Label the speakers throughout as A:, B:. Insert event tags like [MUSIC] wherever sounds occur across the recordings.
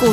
A: 股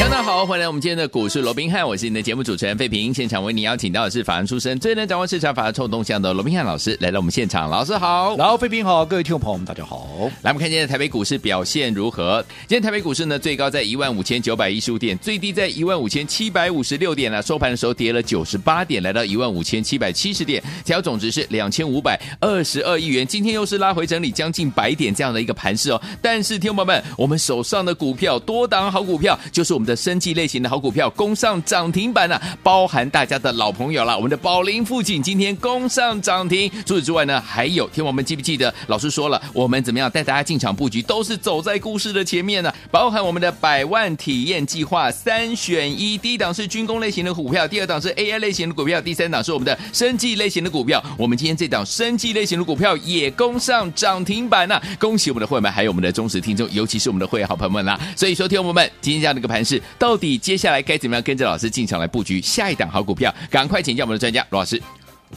B: 大家好，欢迎来我们今天的股市罗宾汉，我是你的节目主持人费平。现场为你邀请到的是法案出身、最能掌握市场法案臭动向的罗宾汉老师来到我们现场，老师
C: [LAUGHS]
B: 好。
C: 然后，飞平好，各位听众朋友们，大家好。
B: 来，我们看今天的台北股市表现如何？今天台北股市呢，最高在一万五千九百一十五点，最低在一万五千七百五十六点呢、啊收盘的时候跌了九十八点，来到一万五千七百七十点，调总值是两千五百二十二亿元。今天又是拉回整理将近百点这样的一个盘势哦。但是，听众朋友们，我们手上的股票多档好股票，就是我们的升级类型的好股票，攻上涨停板呢、包含大家的老朋友了，我们的宝林富锦今天攻上涨停。除此之外呢，还哎有听我们记不记得老师说了，我们怎么样带大家进场布局，都是走在故事的前面呢、包含我们的百万体验计划三选一，第一档是军工类型的股票，第二档是 AI 类型的股票，第三档是我们的生技类型的股票。我们今天这档生技类型的股票也攻上涨停板呐、恭喜我们的会员们，还有我们的忠实听众，尤其是我们的会员好朋友们啦。所以说，听众朋友们，今天这样的一个盘势，到底接下来该怎么样跟着老师进场来布局下一档好股票？赶快请教我们的专家罗老师。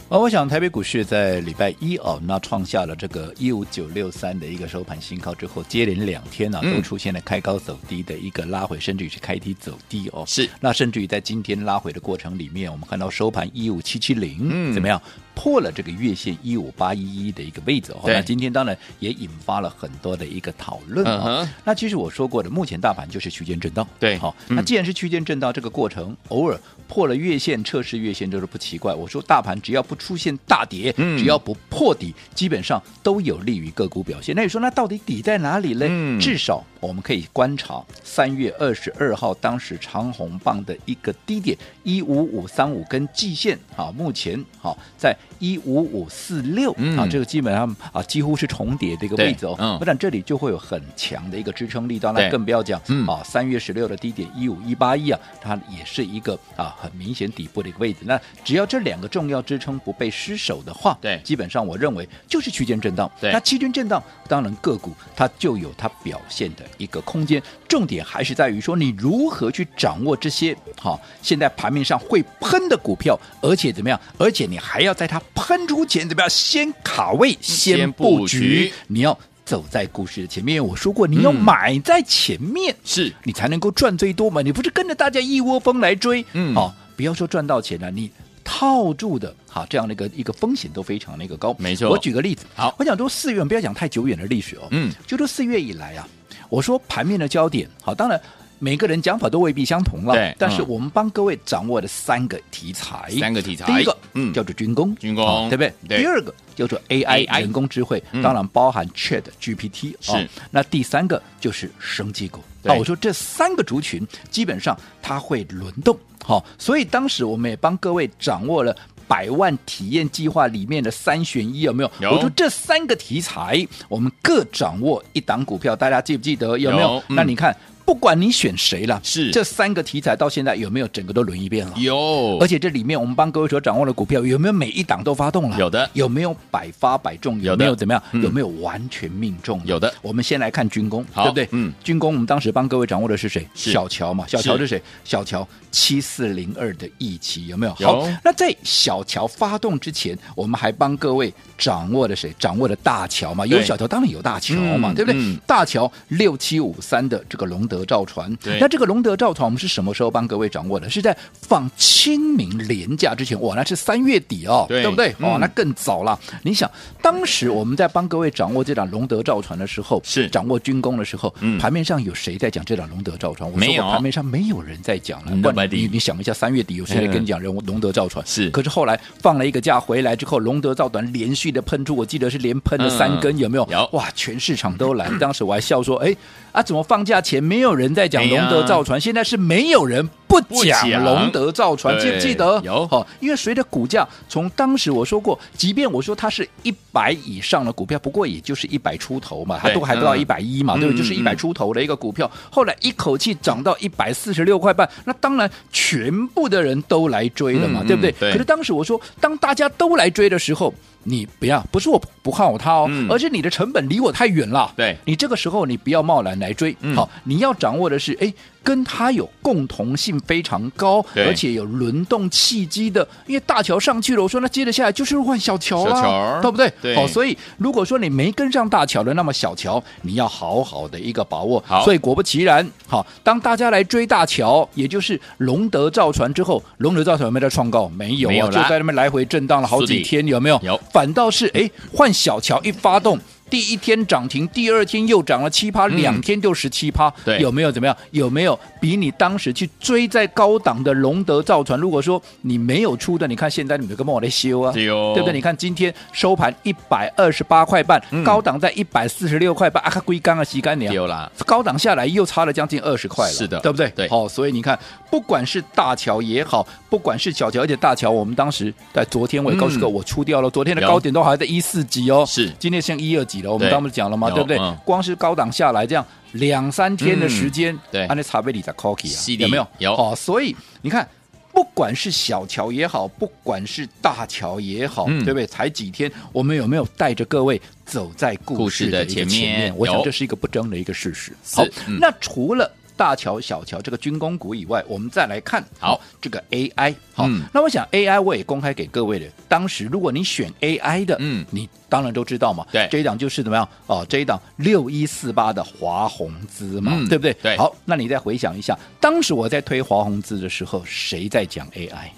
C: 啊，我想台北股市在礼拜一哦，那创下了这个一五九六三的一个收盘新高之后，接连两天呢、啊、
B: 嗯
C: 都出现了开高走低的一个拉回，甚至于是开低走低哦。
B: 是
C: 那甚至于在今天拉回的过程里面，我们看到收盘一五七七
B: 嗯
C: 零，怎么样？破了这个月线一五八一一的一个位置哦，
B: 对
C: 那今天当然也引发了很多的一个讨论啊、
B: 嗯哼
C: 那其实我说过的，目前大盘就是区间震荡，
B: 对
C: 好、
B: 嗯
C: 那既然是区间震荡，这个过程偶尔破了月线、测试月线，这是不奇怪。我说大盘只要不出现大跌，
B: 嗯
C: 只要不破底，基本上都有利于个股表现。那你说，那到底底在哪里嘞？
B: 嗯
C: 至少我们可以观察三月二十二号当时长红棒的一个低点一五五三五跟季线啊，目前好、在一五五四六啊
B: 嗯，
C: 这个基本上啊几乎是重叠的一个
B: 对
C: 位置哦。
B: 嗯
C: 不然这里就会有很强的一个支撑力道，
B: 对
C: 那更不要讲、
B: 嗯
C: 啊，三月十六的低点一五一八一啊，它也是一个啊很明显底部的一个位置。那只要这两个重要支撑不被失守的话，
B: 对
C: 基本上我认为就是区间震荡。
B: 对
C: 那区间震荡，当然个股它就有它表现的一个空间。重点还是在于说你如何去掌握这些好、现在盘面上会喷的股票，而且怎么样？而且你还要在它喷出前怎么样先卡位、
B: 嗯先
C: 先
B: 布
C: 布
B: 局
C: 局，你要走在故事的前面。因为我说过，你要
B: 嗯
C: 买在前面，
B: 是
C: 你才能够赚最多嘛。你不是跟着大家一窝蜂来追，
B: 嗯
C: 好、不要说赚到钱了、你套住的，好这样的一个一个风险都非常的一个高。
B: 没错
C: 我举个例子，
B: 好，
C: 我想说四月，我们不要讲太久远的历史哦，
B: 嗯，
C: 就说四月以来啊，我说盘面的焦点，好，当然。每个人讲法都未必相同了，
B: 对
C: 但是
B: 嗯
C: 我们帮各位掌握的三个题材，
B: 三个题材
C: 第一个，
B: 嗯
C: 叫做军工，
B: 军工
C: 好对不对？
B: 对
C: 第二个叫做 AI,
B: AI
C: 人工智慧，
B: 嗯
C: 当然包含 Chat GPT
B: 是
C: 哦那第三个就是生技股。
B: 对
C: 那哦我说这三个族群基本上它会轮动，好、所以当时我们也帮各位掌握了。百万体验计划里面的三选一有没有？
B: 有
C: 我说这三个题材，我们各掌握一档股票，大家记不记得？有没有？
B: 有嗯
C: 那你看，不管你选谁了，
B: 是
C: 这三个题材到现在有没有整个都轮一遍了？
B: 有
C: 而且这里面我们帮各位所掌握的股票，有没有每一档都发动了？
B: 有的
C: 有没有百发百中？
B: 有的
C: 没有怎么样？
B: 嗯
C: 有没有完全命中？
B: 有的
C: 我们先来看军工，
B: 好
C: 对不对？
B: 嗯，
C: 军工我们当时帮各位掌握的是谁？
B: 是
C: 小乔嘛？小乔
B: 是
C: 是谁？小乔七四零二的一期有没有？
B: 有
C: 好，那在小乔发动之前，我们还帮各位掌握了谁？掌握了大乔嘛？有
B: 对
C: 小乔，当然有大乔嘛，
B: 嗯
C: 对不对？
B: 嗯
C: 大乔六七五三的这个龙德造船
B: 对，
C: 那这个龙德造船我们是什么时候帮各位掌握的？是在放清明连假之前，哇，那是三月底哦，
B: 对
C: 不对？哦
B: 嗯，
C: 那更早了。你想，当时我们在帮各位掌握这档龙德造船的时候，
B: 是
C: 掌握军工的时候，
B: 嗯
C: 盘面上有谁在讲这档龙德造船？我
B: 没
C: 说
B: 有
C: 过，盘面上没有人在讲了。
B: Nobody
C: 不然你你想一下，三月底有谁在跟你讲人龙德造船？
B: 是
C: 可是后来放了一个假回来之后，龙德造船连续的喷出，我记得是连喷了三根，
B: 嗯
C: 有没有？
B: 有
C: 哇，全市场
B: [CLEARS THROAT]
C: 都来。当时我还笑说，哎啊，怎么放假前没有人在讲龙德造船？现在是没有人不
B: 哎不讲
C: 讲龙德造船，记不记得
B: 对？有
C: 哦，因为随着股价从当时我说过，即便我说它是一百以上的股票，不过也就是一百出头嘛，它
B: 对
C: 都还不到
B: 嗯
C: 一百一嘛，对不
B: 嗯
C: 对？就是
B: 嗯
C: 一百出头的一个股票，后来一口气涨到一百四十六块半，那当然全部的人都来追了嘛，
B: 嗯
C: 对不对
B: 嗯？对
C: 可是当时我说，当大家都来追的时候，你不要，不是我不看好它哦，
B: 嗯
C: 而是你的成本离我太远了。
B: 对
C: 你这个时候你不要贸然来追，
B: 嗯
C: 好，你要掌握的是，哎，跟它有共同性非常高，
B: 对
C: 而且有轮动契机的，因为大桥上去了，我说那接着下来就是换小桥
B: 小
C: 啦
B: 桥，
C: 对不对？
B: 对
C: 好，所以如果说你没跟上大桥的，那么小桥你要好好的一个把握。
B: 好
C: 所以果不其然，好，当大家来追大桥，也就是龙德造船之后，龙德造船有没有在创高？没有
B: 没有
C: 啊，
B: 啦
C: 就在那边来回震荡了好
B: 是
C: 几
B: 的
C: 天，有没有？
B: 有
C: 反倒是哎，换小乔一发动。第一天涨停，第二天又涨了七趴，
B: 嗯
C: 两天就十七趴，
B: 对
C: 有没有怎么样？有没有比你当时去追在高档的龙德造船？如果说你没有出的，你看现在你们有个莫来修啊，
B: 对哦
C: 对不对？你看今天收盘一百二十八块半，
B: 嗯
C: 高档在一百四十六块半，啊，它龟缸啊，洗干净。
B: 有啦，
C: 高档下来又差了将近二十块了，
B: 是的
C: 对不对？
B: 对
C: 好、所以你看，不管是大桥也好，不管是小桥，而且大桥我们当时在昨天我也告诉过，
B: 嗯
C: 我出掉了，昨天的
B: 有
C: 高点都还在一四级哦，
B: 是
C: 今天剩一二级了，我们
B: 对
C: 当时讲了嘛，
B: 有
C: 对不对
B: 嗯？
C: 光是高档下来这样两三天的时间，
B: 嗯
C: 啊
B: 对
C: 按那茶杯里在 coffee
B: 是
C: 啊，
B: 的
C: 有没有？
B: 有
C: 哦，所以你看。不管是小桥也好，不管是大桥也好，
B: 嗯
C: 对不对？才几天，我们有没有带着各位走在故
B: 故事
C: 事
B: 的
C: 的一个
B: 前
C: 前面
B: 面？
C: 我想
B: 有
C: 这是一个不争的一个事实。
B: 是
C: 好，
B: 嗯
C: 那除了。大桥、小桥这个军工股以外，我们再来看
B: 好
C: 这个 AI。好，
B: 嗯
C: 那我想 AI 我也公开给各位了。当时如果你选 AI 的，
B: 嗯
C: 你当然都知道嘛。
B: 对
C: 这一档就是怎么样哦，这一档六一四八的华宏资嘛，
B: 嗯
C: 对不对？
B: 对
C: 好，那你再回想一下，当时我在推华宏资的时候，谁在讲 AI？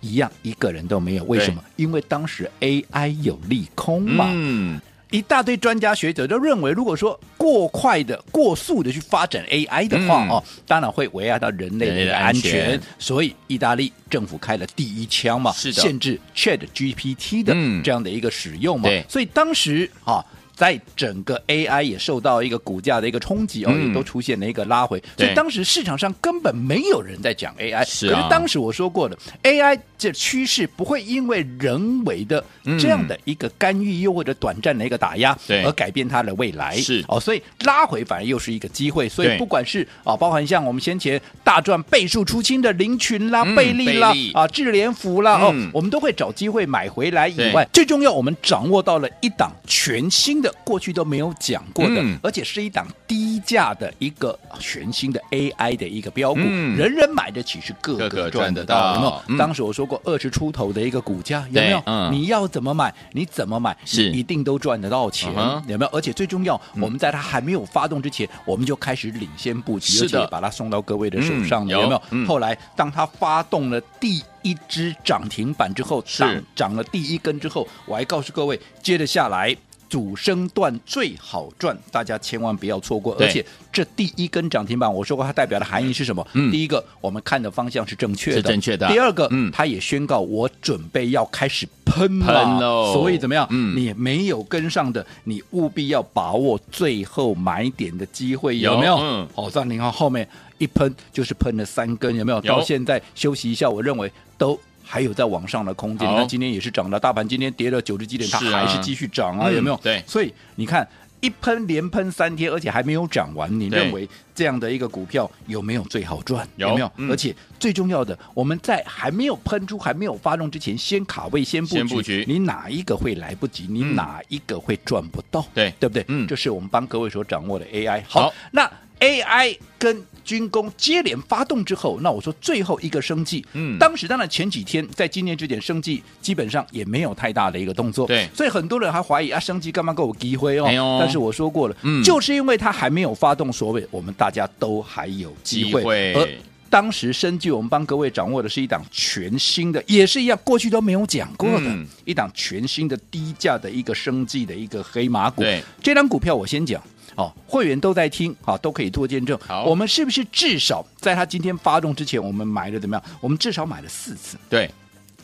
C: 一样一个人都没有，为
B: 对
C: 什么？因为当时 AI 有利空嘛。
B: 嗯，
C: 一大堆专家学者都认为，如果说过快的、过速的去发展 AI 的话，
B: 嗯
C: 哦，当然会危害到人类
B: 人类的
C: 的安
B: 安全
C: 全。所以，意大利政府开了第一枪嘛，
B: 是的
C: 限制 Chat GPT 的
B: 嗯
C: 这样的一个使用嘛。
B: 对
C: 所以当时啊。在整个 AI 也受到一个股价的一个冲击哦，
B: 嗯
C: 也都出现了一个拉回，
B: 对
C: 所以当时市场上根本没有人在讲 AI。
B: 是啊
C: 可是当时我说过的，AI 这趋势不会因为人为的
B: 嗯
C: 这样的一个干预，又或者短暂的一个打压，
B: 对
C: 而改变它的未来。
B: 是嗯
C: 哦，所以拉回反而又是一个机会。所
B: 对
C: 以不管是啊，包含像我们先前大赚倍数出清的林群啦、
B: 嗯
C: 贝利啦
B: 贝利、
C: 啊智联福啦，
B: 嗯
C: 哦，我们都会找机会买回来以外，最重要我们掌握到了一档全新的，过去都没有讲过的
B: 嗯，
C: 而且是一档低价的一个全新的 AI 的一个标股，
B: 嗯
C: 人人买得起，是个
B: 个
C: 个
B: 个
C: 个
B: 赚
C: 赚
B: 得
C: 得到，有没
B: 到嗯
C: 有？当时我说过二十出头的一个股价，有没有
B: 对？嗯
C: 你要怎么买，你怎么买，
B: 是
C: 你一定都赚得到钱
B: 嗯，哼嗯
C: 有没有？而且最重要，我们在它还没有发动之前，我们就开始领先布局，
B: 是
C: 而且
B: 的
C: 也把它送到各位的手上
B: 嗯
C: 了，
B: 有
C: 有没有？
B: 嗯
C: 后来当它发动了第一只涨停板之后，
B: 是
C: 涨涨了第一根之后，我还告诉各位，接着下来。主升段最好赚，大家千万不要错过。
B: 对
C: 而且这第一根涨停板，我说过它代表的含义是什么？
B: 嗯
C: 第一个，我们看的方向是正确的，
B: 是正确的
C: 第二个，
B: 嗯
C: 它也宣告我准备要开始喷了，
B: 喷喽
C: 所以怎么样？
B: 嗯
C: 你没有跟上的，你务必要把握最后买点的机会，
B: 有
C: 有没哦有？
B: 嗯
C: 好，在零号后面一喷就是喷了三根，有没有？
B: 有
C: 到现在休息一下，我认为都。还有在往上的空间，
B: 好
C: 那今天也是涨了，大盘今天跌了九十几点，它
B: 是啊
C: 还是继续涨啊，
B: 嗯
C: 有没有？
B: 对
C: 所以你看一喷连喷三天，而且还没有涨完，你
B: 对
C: 认为这样的一个股票有没有最好赚？
B: 有
C: 没有？
B: 嗯
C: 而且最重要的，我们在还没有喷出、还没有发动之前，先卡位、先布局，
B: 先布局
C: 你哪一个会来不及？你
B: 嗯
C: 哪一个会赚不到？
B: 对
C: 对不对？
B: 嗯
C: 这是我们帮各位所掌握的 AI。
B: 好
C: 那 AI 跟军工接连发动之后，那我说最后一个生计，
B: 嗯
C: 当时当然前几天在今年之前，生计基本上也没有太大的一个动作，
B: 对
C: 所以很多人还怀疑啊，生计干嘛给我机会哦？
B: 哎呦
C: 但是我说过了，
B: 嗯
C: 就是因为它还没有发动，所谓我们大家都还有机会，
B: 机会
C: 而当时生计，我们帮各位掌握的是一档全新的，也是一样，过去都没有讲过的、
B: 嗯
C: 一档全新的低价的一个生计的一个黑马股。
B: 对，
C: 这张股票我先讲。哦，会员都在听，啊，都可以做见证
B: 好。
C: 我们是不是至少在它今天发动之前，我们买了怎么样？我们至少买了四次。
B: 对，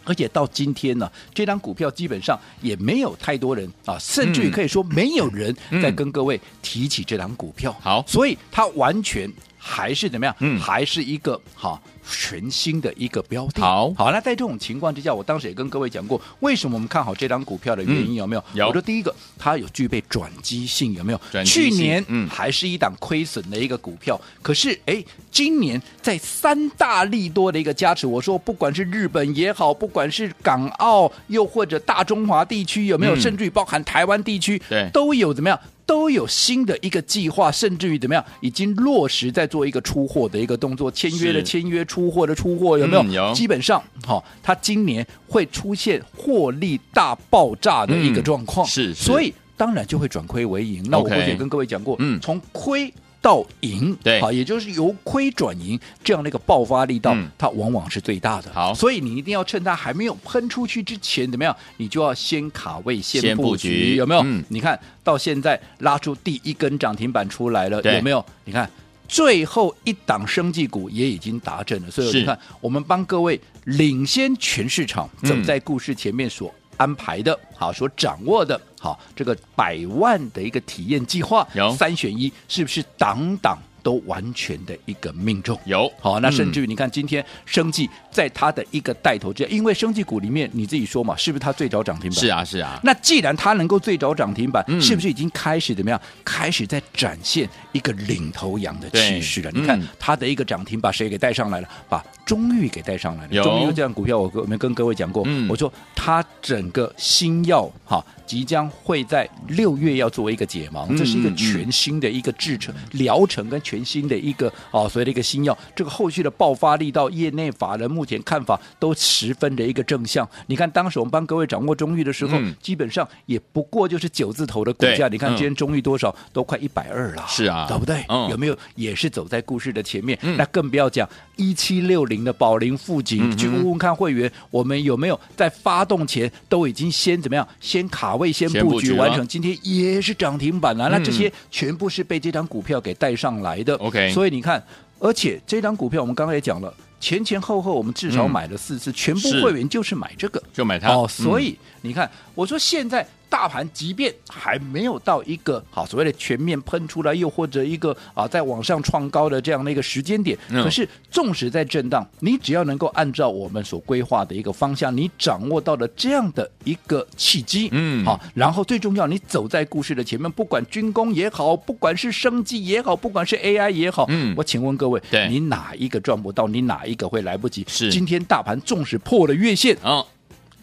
C: 而且到今天呢，这张股票基本上也没有太多人啊，甚至于
B: 嗯
C: 可以说没有人
B: 嗯
C: 在跟各位提起这张股票。
B: 好
C: 所以它完全还是怎么样？
B: 嗯
C: 还是一个哈、全新的一个标的。
B: 好
C: 好，那在这种情况之下，我当时也跟各位讲过，为什么我们看好这张股票的原
B: 嗯
C: 因有没有？
B: 有
C: 我说第一个，它有具备转机性，有没有？
B: 转机
C: 去
B: 性
C: 年
B: 嗯
C: 还是一档亏损的一个股票，可是哎，今年在三大利多的一个加持，我说不管是日本也好，不管是港澳，又或者大中华地区有没有，
B: 嗯
C: 甚至于包含台湾地区，
B: 对
C: 都有怎么样？都有新的一个计划，甚至于怎么样，已经落实在做一个出货的一个动作，签约的
B: 是
C: 签约，出货的出货，有没有？
B: 嗯有
C: 基本上，好、它今年会出现获利大爆炸的一
B: 嗯
C: 个状况，
B: 是是
C: 所以当然就会转亏为盈。那我
B: OK
C: 过去也跟各位讲过，
B: 嗯
C: 从亏。到赢，
B: 对
C: 好，也就是由亏转盈这样的一个爆发力道，
B: 嗯
C: 它往往是最大的。
B: 好
C: 所以你一定要趁它还没有喷出去之前，怎么样？你就要先卡位，
B: 先
C: 先
B: 布
C: 布
B: 局
C: 局，有没有？
B: 嗯
C: 你看到现在拉出第一根涨停板出来了，
B: 对
C: 有没有？你看最后一档生技股也已经达阵了，所以
B: 是
C: 你看我们帮各位领先全市场，
B: 嗯
C: 走在故事前面所。安排的好，所掌握的好，这个百万的一个体验计划
B: 有，
C: 三选一，是不是档档都完全的一个命中？
B: 有
C: 好，那
B: 嗯
C: 甚至于你看今天生技在它的一个带头之下，因为生技股里面你自己说嘛，是不是它最早涨停板？
B: 是啊是啊，
C: 那既然它能够最早涨停板，
B: 嗯
C: 是不是已经开始怎么样？开始在展现一个领头羊的气势了？
B: 对
C: 你看
B: 嗯
C: 它的一个涨停把谁给带上来了？把中裕给带上来
B: 有
C: 了。中裕这样股票，我跟我们跟各位讲过，
B: 嗯
C: 我说它整个新药哈即将会在六月要作为一个解盲，
B: 嗯
C: 这是一个
B: 嗯嗯
C: 全新的一个制成疗程跟全新的一个哦所谓的一个新药，这个后续的爆发力到业内法人目前看法都十分的一个正向。你看当时我们帮各位掌握中裕的时候。时候，
B: 嗯
C: 基本上也不过就是九字头的股
B: 对
C: 价。你看
B: 嗯
C: 今天中裕多少，都快一百二了，
B: 是啊
C: 对不对？
B: 嗯
C: 有没有也是走在故事的前面？
B: 嗯
C: 那更不要讲一七六零的宝林富
B: 嗯
C: 锦，
B: 哼
C: 去问问看会员，我们有没有在发动前都已经先怎么样，先卡位，先
B: 先布
C: 布
B: 局
C: 局
B: 了
C: 完啊成？今天也是涨停板了，那
B: 嗯
C: 这些全部是被这张股票给带上来的。
B: OK
C: 所以你看，而且这张股票我们刚才也讲了。前前后后，我们至少
B: 嗯
C: 买了四次，全部
B: 是
C: 会员就是买这个，
B: 就买它
C: 哦，
B: 嗯
C: 所以你看，我说现在大盘即便还没有到一个好所谓的全面喷出来，又或者一个啊在往上创高的这样的一个时间点，
B: 嗯
C: 可是纵使在震荡，你只要能够按照我们所规划的一个方向，你掌握到了这样的一个契机，
B: 嗯
C: 好，啊然后最重要，你走在故事的前面，不管军工也好，不管是生技也好，不管是 AI 也好，
B: 嗯
C: 我请问各位
B: 对，
C: 你哪一个赚不到？你哪一个会来不及？
B: 是
C: 今天大盘纵使破了月线，
B: 嗯，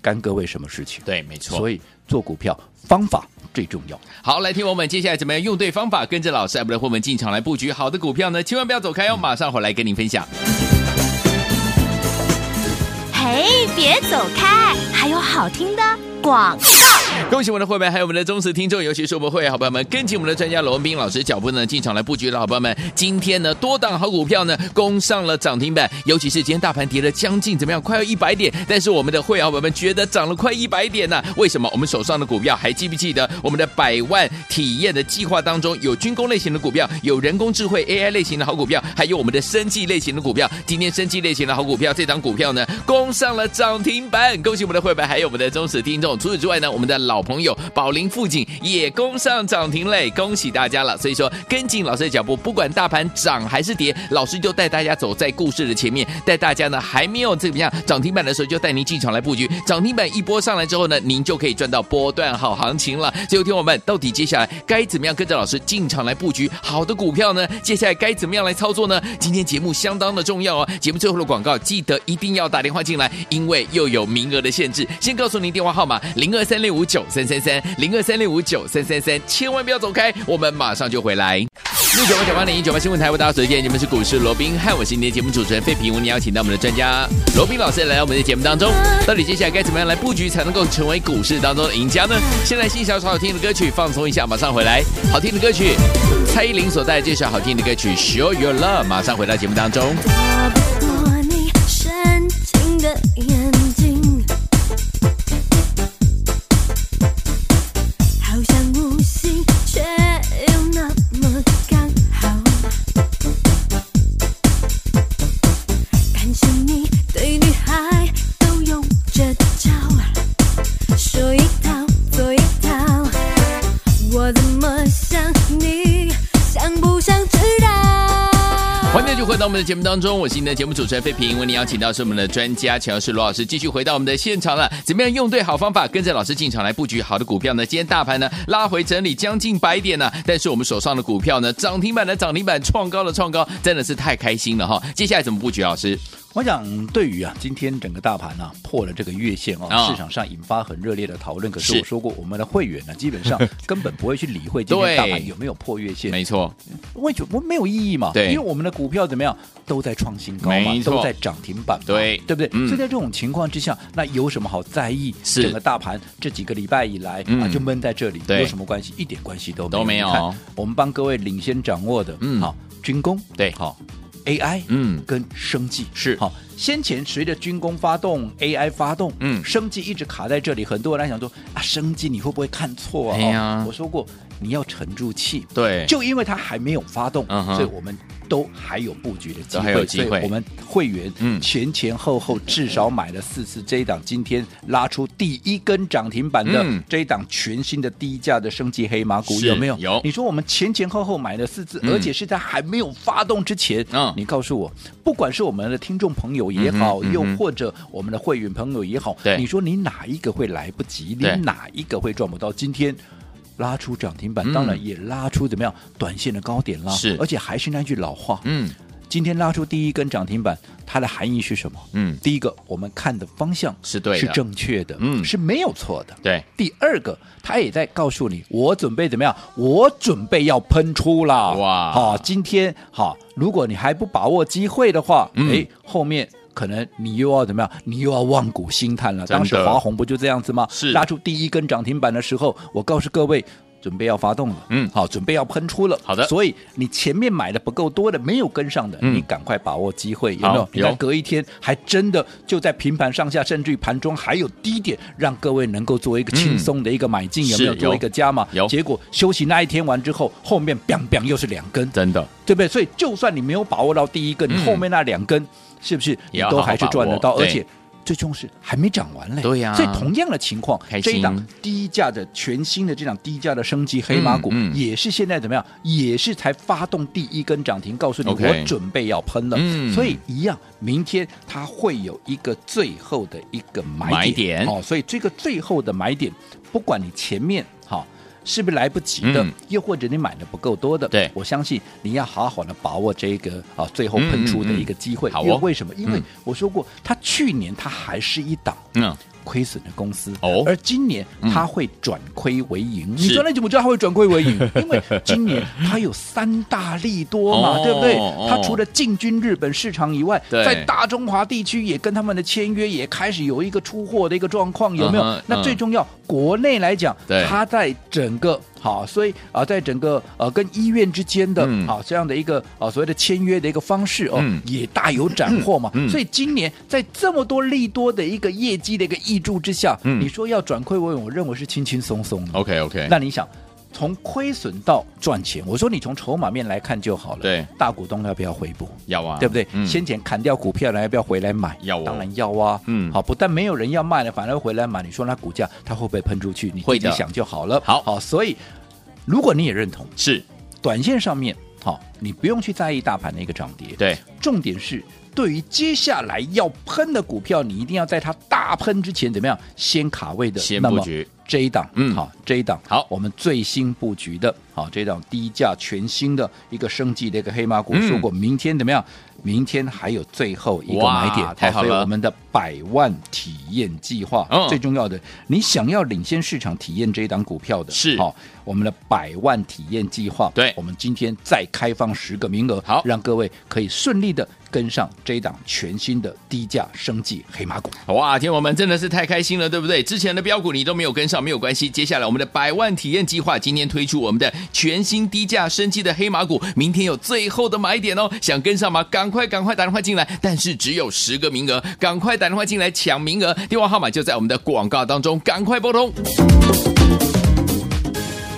C: 干各位什么事情？
B: 对，没错。
C: 所以做股票方法最重要。
B: 好，来听我们接下来怎么样用对方法，跟着老师哎爱不的伙伴进场来布局好的股票呢？千万不要走开哦，
C: 嗯
B: 马上回来跟您分享。
A: 嘿，别走开，还有好听的广。
B: 恭喜我们的伙伴，还有我们的忠实听众，尤其是我们会员好朋友们，跟紧我们的专家罗文斌老师脚步呢，进场来布局的好朋友们，今天呢多档好股票呢攻上了涨停板，尤其是今天大盘跌了将近怎么样，快要一百点，但是我们的会员好朋友们觉得涨了快一百点呢、为什么？我们手上的股票还记不记得我们的百万体验的计划当中有军工类型的股票，有人工智慧 AI 类型的好股票，还有我们的生技类型的股票，今天生技类型的好股票这档股票呢攻上了涨停板，恭喜我们的会员，还有我们的忠实听众。除此之外呢，我们的老朋友宝林富锦也攻上涨停嘞，恭喜大家了。所以说，跟紧老师的脚步，不管大盘涨还是跌，老师就带大家走在故事的前面，带大家呢还没有怎么样涨停板的时候，就带您进场来布局。涨停板一波上来之后呢，您就可以赚到波段好行情了。所以，听我们到底接下来该怎么样跟着老师进场来布局好的股票呢？接下来该怎么样来操作呢？今天节目相当的重要哦，节目最后的广告记得一定要打电话进来，因为又有名额的限制。先告诉您电话号码零二三六五九三三三零二三六五九三三三，千万不要走开，我们马上就回来。六九八九八零一九八新闻台，为大家所见，你们是股市罗宾汉，我是你的节目主持人费平。我们邀请到我们的专家罗宾老师来到我们的节目当中，到底接下来该怎么样来布局才能够成为股市当中的赢家呢？先来欣赏一首好听的歌曲，放松一下，马上回来。好听的歌曲，蔡依林所带来这首好听的歌曲《Show Your Love》，马上回到节目当中。
D: 打不过你深情的眼睛，好像无心，却又那么刚好。感谢你对女孩都用这招，说一套做一套，我怎么想你，想不想知道？
B: 欢迎继续回到到我们的节目当中，我是你的节目主持人费平，为您邀请到是我们的专家乔氏罗老师，继续回到我们的现场了。怎么样用对好方法，跟着老师进场来布局好的股票呢？今天大盘呢拉回整理将近百点呢、但是我们手上的股票呢涨停板的涨停板，创高的创高，真的是太开心了哈！接下来怎么布局，老师？
C: 我想，对于啊，今天整个大盘啊破了这个月线哦，
B: 啊
C: 市场上引发很热烈的讨论。可是
B: 是
C: 我说过，我们的会员呢，基本上 [LAUGHS] 根本不会去理会今天大盘
B: 对
C: 有没有破月线，
B: 没错，
C: 为什么没有意义嘛？
B: 对
C: 因为我们的股票怎么样都在创新高嘛
B: 没，错
C: 都在涨停板嘛，
B: 对
C: 对不对？
B: 嗯
C: 所以在这种情况之下，那有什么好在意？
B: 是
C: 整个大盘这几个礼拜以来、啊，
B: 嗯
C: 就闷在这里，
B: 对
C: 有什么关系？一点关系都没有。
B: 都没有
C: 你看我们帮各位领先掌握的，
B: 嗯
C: 好，军工，
B: 对
C: 好，AI，
B: 嗯
C: 跟生技
B: 是
C: 好。先前随着军工发动、AI 发动，
B: 嗯
C: 生技一直卡在这里，很多人还想说啊，生技你会不会看错啊？
B: 哎呀
C: 哦我说过你要沉住气，
B: 对，
C: 就因为它还没有发动，
B: 嗯哼
C: 所以我们都还有布局的机
B: 都还
C: 会，
B: 有机会
C: 所以我们会员
B: 嗯
C: 前前后后至少买了四次这一档，今天拉出第一根涨停板的
B: 嗯
C: 这一档全新的低价的升级黑马股，
B: 是
C: 有没有？
B: 有
C: 你说我们前前后后买了四次，
B: 嗯
C: 而且是在还没有发动之前，
B: 嗯
C: 你告诉我，不管是我们的听众朋友也好，
B: 嗯哼
C: 又
B: 嗯哼
C: 或者我们的会员朋友也好
B: 对，
C: 你说你哪一个会来不及？你
B: 对
C: 哪一个会赚不到？今天。拉出涨停板
B: 嗯，
C: 当然也拉出怎么样短线的高点啦。
B: 是
C: 而且还是那句老话，
B: 嗯
C: 今天拉出第一根涨停板，它的含义是什么？
B: 嗯，
C: 第一个，我们看的方向
B: 是对的
C: 是正确的，
B: 嗯
C: 是没有错的。
B: 对，
C: 第二个，它也在告诉你，我准备怎么样？我准备要喷出了。
B: 哇
C: 好、今天好、如果你还不把握机会的话，
B: 嗯
C: 哎、后面。可能你又要怎么样？你又要望股兴叹了。
B: 真的
C: 当时华虹不就这样子吗？
B: 是
C: 拉出第一根涨停板的时候，我告诉各位，准备要发动了。
B: 嗯
C: 好，准备要喷出了。
B: 好的
C: 所以你前面买的不够多的，没有跟上的，
B: 嗯
C: 你赶快把握机会，有没
B: 好
C: 有？你看
B: 有
C: 隔一天还真的就在平盘上下，甚至于盘中还有低点，让各位能够做一个轻松的一个买进，有没有
B: 是
C: 做一个加码？
B: 有有
C: 结果休息那一天完之后，后面 biang biang 又是两根，
B: 真的
C: 对不对？所以就算你没有把握到第一根，
B: 嗯
C: 后面那两根是不是
B: 也
C: 你
B: 要好好
C: 都还是赚得
B: 把
C: 到？
B: 握
C: 而
B: 对
C: 且最终是还没涨完嘞。
B: 对呀
C: 所以同样的情况
B: 开，心
C: 这一档低价的全新的这档低价的升级黑马股，
B: 嗯嗯
C: 也是现在怎么样？也是才发动第一根涨停，告诉你
B: OK
C: 我准备要喷了。
B: 嗯
C: 所以一样，明天它会有一个最后的一个买点。
B: 买点
C: 哦，所以这个最后的买点，不管你前面好。是不是来不及的？
B: 嗯
C: 又或者你买的不够多的？
B: 对
C: 我相信你要好好的把握这个啊最后喷出的一个机
B: 嗯
C: 会。
B: 嗯嗯好哦
C: 因为为什么？因为
B: 嗯
C: 我说过，它去年它还是一档
B: 嗯
C: 亏损的公司，
B: 哦
C: 而今年
B: 嗯
C: 它会转亏为盈。
B: 是
C: 你说那怎么知道它会转亏
B: [LAUGHS]
C: 为盈？因为今年它有三大利多嘛，
B: 哦
C: 对不对
B: 哦？
C: 它除了进军日本市场以外，
B: 对
C: 在大中华地区也跟他们的签约也开始有一个出货的一个状况，有没
B: 嗯哼
C: 有？那最重要，国内来讲
B: 对，
C: 它在整个好，所以啊，在整个呃跟医院之间的
B: 嗯
C: 啊这样的一个啊所谓的签约的一个方式哦
B: 嗯，
C: 也大有斩获嘛
B: 嗯嗯。
C: 所以今年在这么多利多的一个业绩的一个益助之下，
B: 嗯哦
C: 你说要转亏为盈，我认为是轻轻松松的。
B: ，OK OK，
C: 那你想，从亏损到赚钱，我说你从筹码面来看就好了。
B: 对，
C: 大股东要不要回补？
B: 要啊，
C: 对不对？
B: 嗯
C: 先前砍掉股票了，要不要回来买？
B: 要哦
C: 当然要啊。
B: 嗯
C: 好，不但没有人要卖了，反而回来买。你说那股价它会不会喷出去？你
B: 会
C: 自
B: 的
C: 己想就好了。
B: 好
C: 好，所以如果你也认同，
B: 是
C: 短线上面，好，你不用去在意大盘的一个涨跌。
B: 对，
C: 重点是对于接下来要喷的股票，你一定要在它大喷之前怎么样先卡位的，
B: 先
C: 那
B: 布
C: 么
B: 局
C: 这一档，
B: 嗯
C: 好，这一档
B: 好
C: 我们最新布局的，好，这一档低价全新的一个升级的一个黑马股，
B: 嗯
C: 说过明天怎么样？明天还有最后一个
B: 哇
C: 买点，
B: 太好
C: 所以
B: 了
C: 我们的百万体验计划、
B: 嗯
C: 最重要的，你想要领先市场体验这一档股票的，
B: 是
C: 好，我们的百万体验计划，
B: 对
C: 我们今天再开放十个名额，
B: 好
C: 让各位可以顺利的跟上这一档全新的低价升级黑马股。
B: 哇，天王们真的是太开心了，对不对？之前的标股你都没有跟上，没有关系。接下来我们的百万体验计划今天推出我们的全新低价升级的黑马股，明天有最后的买点哦，想跟上吗？赶快赶快打电话进来，但是只有十个名额，赶快打电话进来抢名额，电话号码就在我们的广告当中，赶快拨通。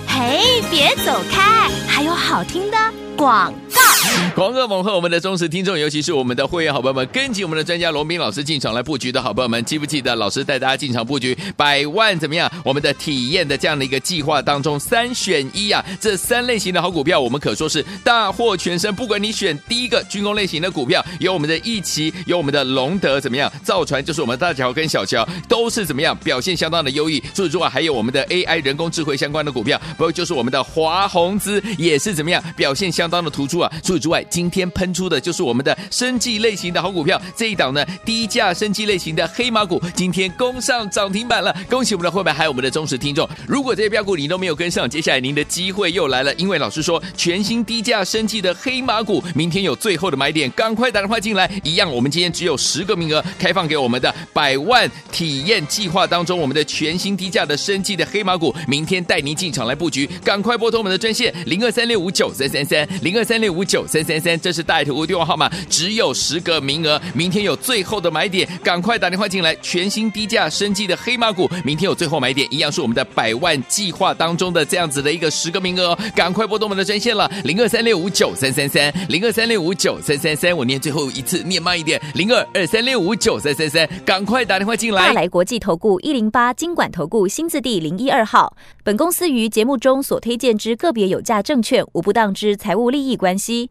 A: 嘿，别走开，还有好听的广告。
B: [LAUGHS] 狂贺猛贺我们的忠实听众，尤其是我们的会员好朋友们，跟紧我们的专家罗斌老师进场来布局的好朋友们，记不记得老师带大家进场布局百万怎么样？我们的体验的这样的一个计划当中，三选一啊，这三类型的好股票，我们可说是大获全胜。不管你选第一个军工类型的股票，有我们的一奇，有我们的隆德，怎么样？造船就是我们大乔跟小乔都是怎么样表现相当的优异。除此之外，还有我们的 AI 人工智慧相关的股票，包括就是我们的华宏资也是怎么样表现相当的突出啊。除此之外，今天喷出的就是我们的生技类型的好股票，这一档呢低价生技类型的黑马股，今天攻上涨停板了，恭喜我们的会员还有我们的忠实听众。如果这些标股你都没有跟上，接下来您的机会又来了，因为老师说全新低价生技的黑马股，明天有最后的买点，赶快打电话进来。一样，我们今天只有十个名额开放给我们的百万体验计划当中，我们的全新低价的生技的黑马股，明天带您进场来布局，赶快拨通我们的专线零二三六五九三三三零二三六五九三三三，这是大爱投顾电话号码，只有十个名额，明天有最后的买点，赶快打电话进来。全新低价生技的黑马股，明天有最后买点，一样是我们的百万计划当中的这样子的一个十个名额、哦，赶快拨通我们的专线了零二三六五九三三三零二三六五九三三三，我念最后一次，念慢一点零二二三六五九三三三，赶快打电话进来
E: 大。来国际投顾一零八金管投顾新字第零一二号。本公司于节目中所推荐之个别有价证券，无不当之财务利益关系。